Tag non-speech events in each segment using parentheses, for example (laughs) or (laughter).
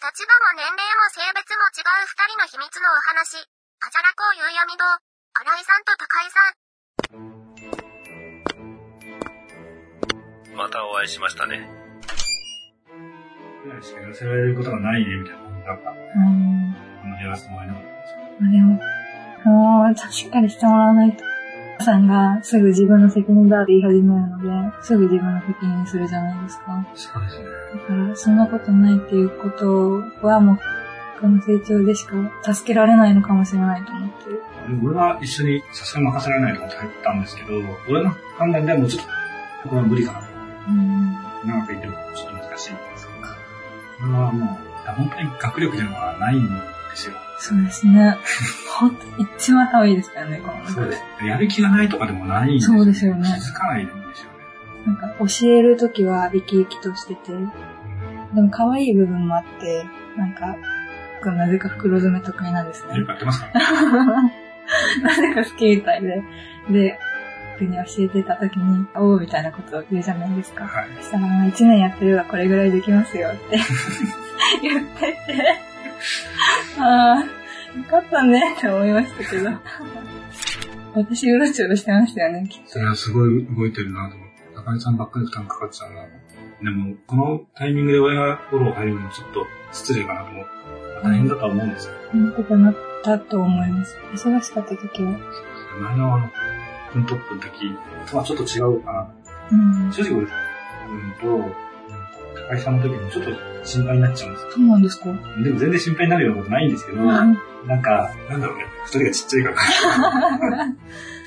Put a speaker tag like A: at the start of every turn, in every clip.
A: 立場も年齢も性別も違う二人の秘密のお話。あじゃらこう夕闇堂。新井さんと高井さん。
B: またお会いしましたね。
C: ぐらいしか寄せられることがないね、みたいな。なんか、
D: うん。
C: あんまりやらせてもらえなかったんですよ。
D: まあでも、その、しっかりしてもらわないと。さんがすぐ自分の責任だって言い始めるので、すぐ自分の責任にするじゃないですか。
C: そうですね。
D: だから、そんなことないっていうことはもう、この成長でしか助けられないのかもしれないと思ってる。
C: でも俺は一緒にさすがに任せられないと思って入ったんですけど、俺の判断ではもうちょっと、これは無理かな。
D: うん。
C: 長くいてもちょっと難しいんですけど、これはもう、本当に学力というのはないんですよ。
D: そうですね。ほんと、一番頭いいですからね、この。
C: す。やる気がないとかでもないんです
D: そうですよね
C: 気づかないんですよね。
D: なんか、教えるときは生き生きとしてて、でも可愛い部分もあって、なんか、僕なぜか袋詰め得意なんです
C: よ
D: ね
C: く。やってます
D: (laughs)
C: からね。
D: なぜか好きみたいで。で、僕に教えてたときに、おうみたいなことを言うじゃないですか。
C: はい。
D: そしたら、まあ一年やってればこれぐらいできますよって (laughs) 言ってて、ああ、よかったねって思いましたけど。私、うろちょろしてましたよね、きっ
C: それはすごい動いてるなと思って。中根さんばっかり負担かかってたな。でも、このタイミングで俺がフォロー入るのもちょっと失礼かなと思って。大変だとは思うんですけど、
D: と。なんとかなったと思います。忙しかった時は。
C: 前のあの、コントップの時とはちょっと違うかな。
D: うん。
C: 正直俺、うんと、うん高井さんの時もちょっと心配になっちゃうんです
D: そうなんですか、
C: よでも全然心配になるようなことないんですけど、なんか、なんだろうね、二人がちっちゃいから。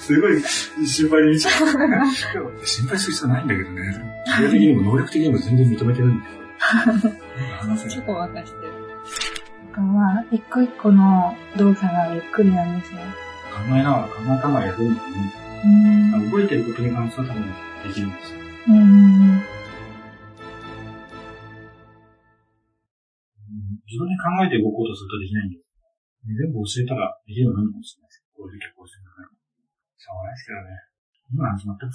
C: すごい心配に見ちゃう。でも心配する必要ないんだけどね。経的にも能力的にも全然認めてるんで。なんか話せ
D: チ
C: る
D: ョコ渡してる。だからまあ、一個一個の動作がゆっくりなんですよ。
C: 考えながら考えながらやるのに、
D: うん。
C: あの動いてることに関しては多分できるんですよ。
D: うん。
C: 自分で考えて動こうとするとできないんです。全部教えたらできるようになるかもしれないです。こういう結構教えたら。しょうがないですけどね。今の話全く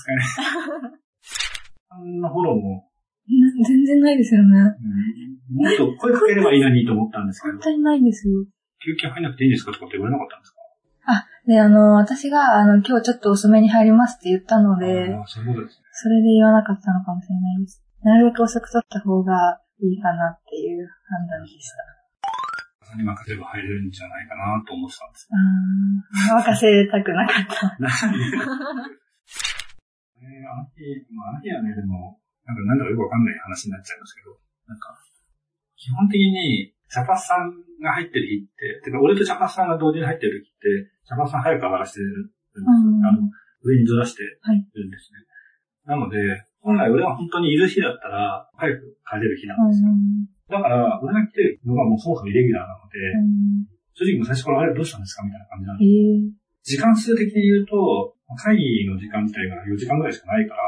C: 使えない。 (laughs) あんなフォローも、
D: な全然ないですよね。
C: うん、もっと声かければいいのにと思ったんですけ
D: 本
C: ど、
D: 当にないんですよ。
C: 休憩入んなくていいんですかとかって言われなかったんですか
D: で、あの、私が、あの、今日ちょっと遅めに入りますって言ったので、
C: ああそういうことですね。
D: それで言わなかったのかもしれないです。なるべく遅く取った方がいいかなっていう判断でした。
C: 今任せれば入れるんじゃないかなと思ってたんです
D: あー、任せたくなかった。
C: けどね。あの日、まああの日はね、でも、なんかなんだかよくわかんない話になっちゃいますけど、なんか、基本的に、ジャパスさんが入ってる日って、てか俺とジャパスさんが同時に入ってる日って、ジャパスさん早く上がらせてるんですよ
D: うん
C: あの、上にずらして
D: はい
C: るんですね。なので、本来俺は本当にいる日だったら、早く帰れる日なんですよ。だから、俺が来てるのがもうそもそもイレギュラーなので、正直もう最初からあれどうしたんですかみたいな感じなんですよ時
D: えー、
C: 間数的に言うと、会議の時間自体が4時間ぐらいしかないから、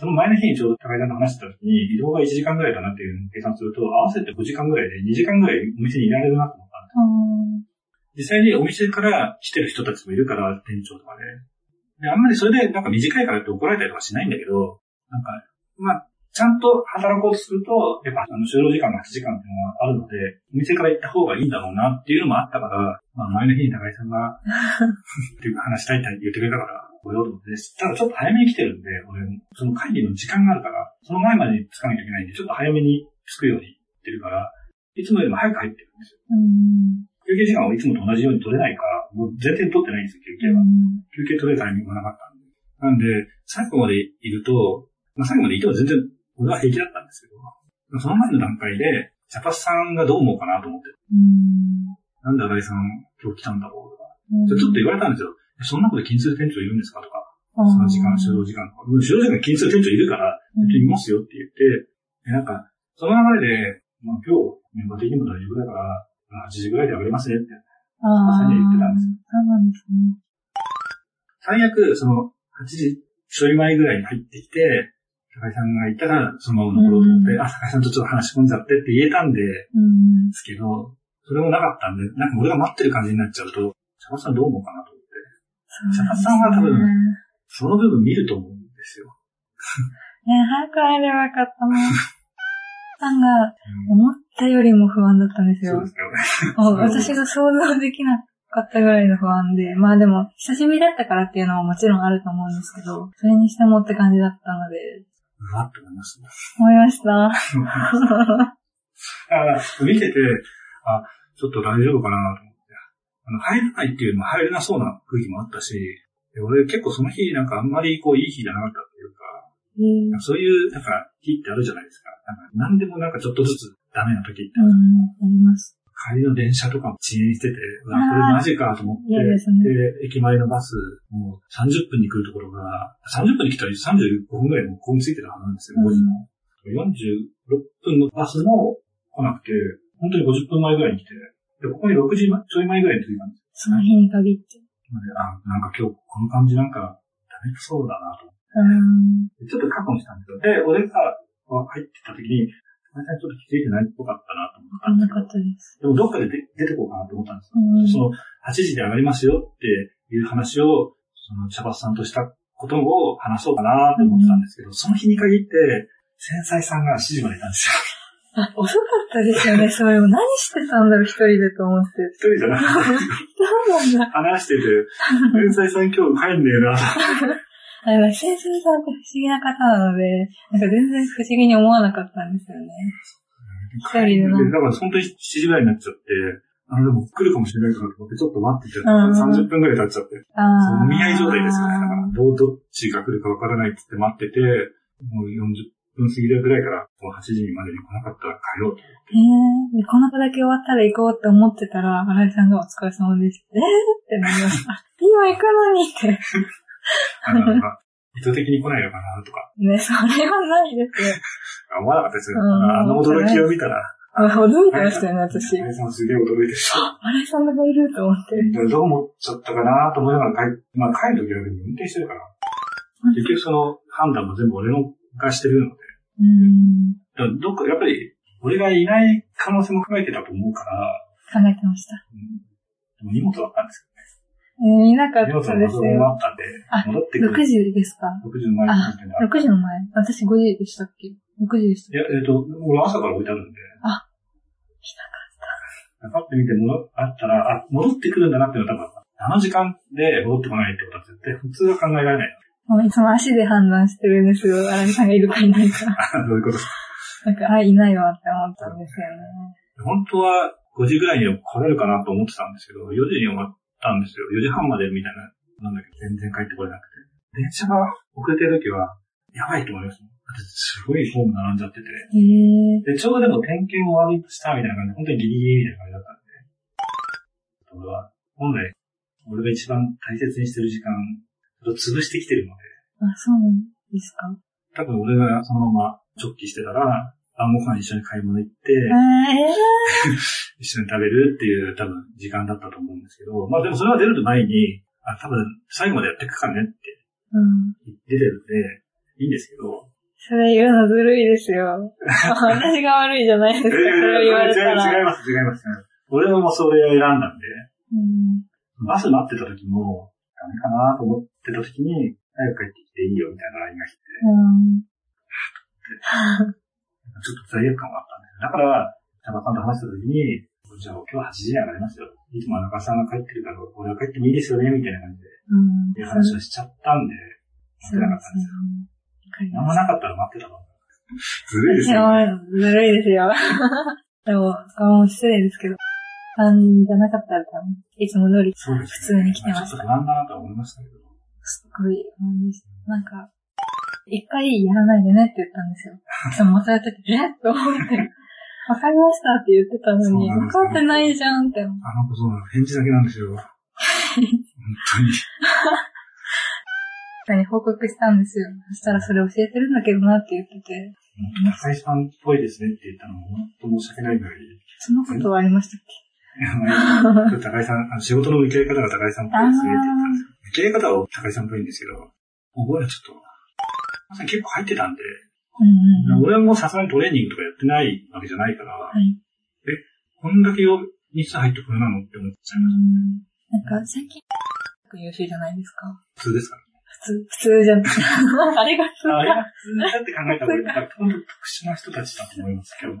C: その前の日にちょうど高井さんと話してた時に、移動が1時間ぐらいだなっていうのを計算すると、合わせて5時間ぐらいで2時間ぐらいお店にいられるなと思ったんで
D: あ
C: す。実
D: ー
C: 際にお店から来てる人たちもいるから、店長とかで。で、あんまりそれでなんか短いからって怒られたりとかしないんだけど、なんか、まあ、ちゃんと働こうとすると、やっぱあの、就労時間が8時間っていうのがあるので、お店から行った方がいいんだろうなっていうのもあったから、まあ、前の日に高井さんがっていう話したいって言ってくれたから、来ようと思って、ただちょっと早めに来てるんで、俺、その会議の時間があるから、その前までに着かなきゃいけないんで、ちょっと早めに着くように言ってるから、いつもよりも早く入ってるんですよ。
D: うん
C: 休憩時間はいつもと同じように取れないから、もう全然取ってないんですよ、休憩は。休憩取れるタイミングがなかったんで。なんで、最後までいると、まあ、最後までいても全然俺は平気だったんですけど、その前の段階で、ジャパスさんがどう思うかなと思って、
D: うん
C: なんで新井さん今日来たんだろうとか、
D: うん
C: ちょっと言われたんですよ。そんなこと気にする店長いるんですかとか、
D: あー
C: その時間、就労時間とか。うん就労時間気にする店長いるから、
D: うん
C: いますよって言って、でなんか、その流れで、まあ今日、メンバー的にも大丈夫だから、まあ8時ぐらいで上がりますねって。
D: あ
C: 朝
D: ー
C: に言ってたんです
D: そうなんですね。
C: 最悪、その、8時ちょい前ぐらいに入ってきて、高井さんがいたら、そのまま残ろうと思って、
D: うん
C: あ、高井さんとちょっと話し込んじゃってって言えたんで、で
D: うん。
C: すけど、それもなかったんで、なんか俺が待ってる感じになっちゃうと、茶葉さんどう思うかなと思って、
D: そうなんですね
C: さんは多分その部分見ると思うんですよ。
D: ね、早く会えればよかったな。さんが
C: うん
D: 思っ対よりも不安だったんです
C: そう
D: よ
C: で。すよね。
D: もう私が想像できなかったぐらいの不安で、まあでも、久しぶりだったからっていうのはもちろんあると思うんですけど、それにしてもって感じだったので、
C: うわって思いましたね。
D: 思いました。
C: だから、見てて、あ、ちょっと大丈夫かなと思って。あの、入らないっていうのも入れなそうな空気もあったし、で俺結構その日なんかあんまりこういい日じゃなかったっていうか、
D: えー
C: そういうなんか日ってあるじゃないですか。なんか何でもなんかちょっとずつダメな時って
D: う
C: ある、
D: ん、あります。
C: 帰りの電車とかも遅延してて、うわ
D: あー
C: これマジかと思って、
D: 嫌ですね
C: で、駅前のバス、もう30分に来るところが、30分に来たら35分ぐらいもうここについてるはずなんですよ、
D: うん
C: 5時の。46分のバスも来なくて、本当に50分前ぐらいに来て、で、ここに6時まちょい前ぐらいに着いたんです
D: その日に限って。
C: よ。なので、あ、なんか今日この感じなんか、ダメそうだなと思っ
D: うん、
C: て、ちょっと過去にしたんですよ。で、俺がこう入ってた時に、最初ちょっと気づいてないっぽかったなと思
D: わ
C: っ
D: か
C: たん
D: ん
C: で
D: な
C: すけ
D: か
C: ど
D: っ、た
C: でもどっかで
D: です。
C: 出出てこうかなと思ったんですよ
D: うん、
C: その、8時で上がりますよっていう話を、その、茶バスさんとしたことを話そうかなと思ってたんですけど、その日に限って、繊細さんが7時までいたんですよ。
D: あ、遅かったですよね、それも。何してたんだろう、一人でと思って。
C: (laughs) 一人じゃなくて、
D: そうなんだ。
C: 話し
D: (laughs)
C: てて、繊細さん今日帰んねえな。
D: あの、先生さんって不思議な方なので、なんか全然不思議に思わなかったんですよね。一人でな
C: だから本当に7時ぐらいになっちゃって、あの、でも来るかもしれないかなと思って、ちょっと待ってて、
D: うん
C: 30分ぐらい経っちゃって、そ
D: あ
C: のお
D: あ。
C: 見合い状態ですよね。だから、どう、どっちが来るかわからないって言って待ってて、もう40分過ぎるぐらいから、もう8時までに来なかったら帰ろうと。
D: ええでこの子だけ終わったら行こうって思ってたら、新井さんがお疲れ様です。えーってなりま
C: (laughs)
D: した。今行くのにって。
C: あの、なんか意図的に来ないのかなとか、
D: ね、それはないですよ。
C: 思わなかったですよ。
D: うん
C: あの驚きを見たら、
D: あ驚いてましたよね、私。
C: 皆さんすげえ驚いてた。
D: 新井さんがいると思って。
C: どう思っちゃったかなと思いながら帰って、まあ帰る時は運転してるから、結局その判断も全部俺のがしてるので、
D: うん。
C: だからどっか、やっぱり、俺がいない可能性も考えてたと思うから、
D: 考えてました。
C: うんでも荷物だったんです
D: えー、いなか
C: よ。
D: っ
C: 荷物
D: た
C: の
D: で
C: 謎
D: す
C: もあ
D: よ。
C: ったんで
D: あ、
C: 戻ってくる。
D: 6時ですか
C: 6時の前に戻ってね
D: ?6 時の前私5時でしたっけ ?6 時でしたっ
C: いや、えっ、と、俺朝から置いてあるんで。
D: あ、
C: 来なかった。パッて見て戻っあったら、あ、戻ってくるんだなっていうのは多分、あの時間で戻ってこないってことは絶対普通は考えられない。 (laughs)
D: けもういつも足で判断してるんですよ。新井さんがいるかいないか。
C: あどういうことですか
D: なんか、あ、いないわって思ったんですよね。
C: 本当は5時ぐらいには来れるかなと思ってたんですけど、4時に終わったんですよ。4時半までみたいな、なんだけど、全然帰ってこれなくて。電車が遅れてる時は、やばいと思いますね。だってすごいホーム並んじゃってて。
D: へえ
C: で、
D: ー。
C: ちょうどでも点検終わりしたみたいな感じで、本当にギリギリみたいな感じだったんで。俺は、本来、俺が一番大切にしてる時間、それを潰してきてるので、
D: あ、そうなんですか
C: 多分俺がそのまま直帰してたら、晩ご飯一緒に買い物行って、
D: ええ
C: 一緒に食べるっていう多分時間だったと思うんですけど、まあでもそれは出ると前に、あ、多分最後までやっていくからねって
D: うん。
C: 言ってるんで、いいんですけど、
D: それ言うのずるいですよ。私が悪いじゃないですか、それ言われた
C: 違い
D: ら。
C: ます、違います。俺はもうそれを選んだんで、
D: うん。
C: バス待ってた時も、ダメかなと思ってた時に、早く帰ってきていいよみたいな LINE が来て、ちょ
D: うん。
C: っと罪悪感があったんだよ。だから、田中さんと話した時に、じゃあ今日は8時に上がりますよ。いつも中さんが帰ってるから、俺は帰ってもいいですよね、みたいな感じで、
D: うん。
C: いう話をしちゃったんで、
D: そ
C: 待
D: う
C: ってなかっ
D: で
C: た
D: す
C: んで
D: ね
C: すよ。。
D: わかり
C: なん
D: ま
C: も
D: す。
C: なかったら待ってたの。ずるいです
D: いや
C: よ、ね。
D: 悪いずるいですよ。でも、これも失礼ですけど、あんじゃなかったら多分、いつも通り、
C: そうです、
D: 普通に来てまし
C: ちょ
D: た
C: っと。不安だなとは思いましたけど。
D: すっごい不安でした。なんか、一回やらないでねって言ったん
C: (laughs)
D: ですよ。でもまたやってて、えっと思って、わかりましたって言ってたのに、
C: そうなん
D: わ
C: ですよ
D: かってないじゃんって思って。
C: あの子そうなの、返事だけなんですよ。本当に。
D: に報告したんですよ。そしたらそれ教えてるんだけどなって言ってて、
C: 中井さんっぽいですねって言ったのも、本当申し訳ないぐらい。
D: そのことはありましたっけ
C: (laughs) 高井さん、あの仕事の受け入れ方が高井さんっぽいですねって言ったんですよ。受け入れ方は高井さんっぽいんですけど、覚えはちょっと、まさに結構入ってたんで、
D: うんうんうん。
C: 俺はもうさすがにトレーニングとかやってないわけじゃないから、
D: はい。
C: こんだけ日数入ってこれなのって思っちゃいます。
D: なんか最近、優秀じゃないですか。
C: 普通ですから
D: 普通、普通じゃん。あれが普通
C: あれ
D: か。
C: が普通だって考えた方がいい。本当特殊な人たちだと思いますけど。
D: (laughs)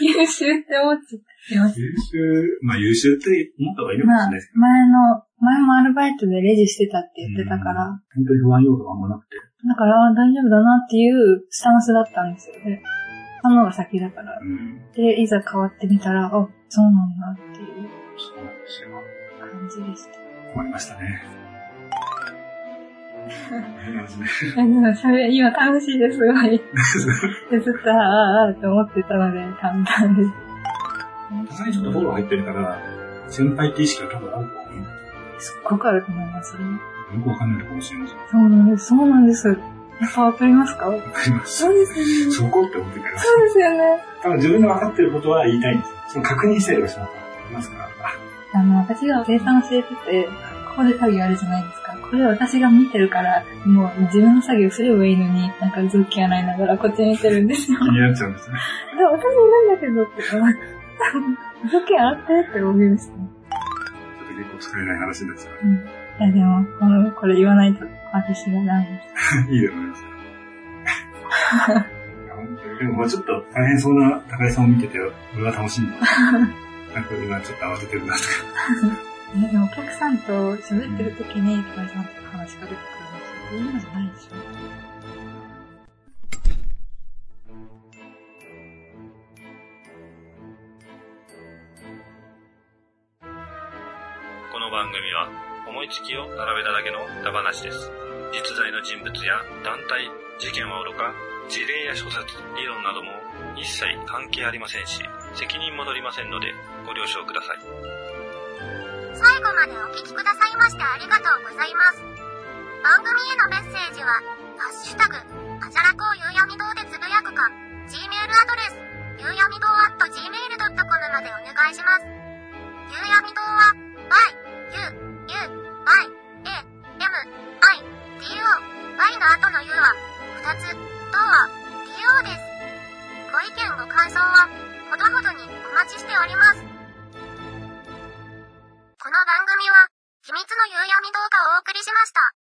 D: 優秀って思っちゃってました。
C: 優秀、まあ優秀って思った方がいいのかも
D: まあ
C: しれないですけ、ど、
D: 前の、前もアルバイトでレジしてたって言ってたから、
C: 本当に不安要素があんまなくて。
D: だからあ大丈夫だなっていうスタンスだったんですよね。その方が先だから。
C: うん。
D: で、いざ変わってみたら、あ、そうなんだっていう
C: そうなんですよ。
D: 感じでした。
C: 困りました
D: (laughs)
C: ね。ありがとうございます
D: あでもそれ、今楽しいです、すごい。でずっと、ああ、ああ、と思ってたので、簡単です。
C: さすがにちょっとフォロー入ってるから、先輩って意識が多分あると思うん
D: すっごくあると思いますね。
C: でよくわかんないのかもしれません。わ
D: そうなんです、そうなんです。やっぱわかりますか
C: かります。
D: そうですよね。そ
C: そこって思ってから。
D: うですよね。
C: 多分自分の分かってることは言いたいんですよ。その確認したりはしなかったと思いますから。
D: あの、私が生産教えてて、ここで作業あるじゃないですか。これ私が見てるから、もう自分の作業すればいいのに、なんか雑巾洗いながらこっち見てるんですよ。
C: 気になっちゃうんですね。
D: (laughs) でも私なんだけどって思って。 (laughs) 雑巾洗ってって思いましたね。
C: ちょっと結構疲れない話になっちゃ
D: いやでも、このこれ言わないと私がダメです。
C: う。いいでござい (laughs) ます。いや本当にでもまあちょっと大変そうな高井さんを見てて、俺は楽しんだ。なんか今ちょっと慌ててるなとか。
D: ね、でもお客さんと喋ってる時に、高井さんと話しかけてくるんですよ。そういうのじゃないでしょ。
B: この番組は思いつきを並べただけの歌話です実在の人物や団体事件はおろか事例や諸説理論なども一切関係ありませんし責任も取りませんのでご了承ください
A: 最後までお聞きくださいましてありがとうございます。番組へのメッセージは、ハッシュタグ、あじゃらこうゆうやみ堂でつぶやくか、Gmail アドレス、ゆうやみ堂 at gmail.com までお願いします。ゆうやみ堂は、y, u, u, y, a, m, i, d, o, y の後の u は、2つ、とは、do です。ご意見ご感想は、ほどほどにお待ちしております。この番組は、秘密の夕闇動画をお送りしました。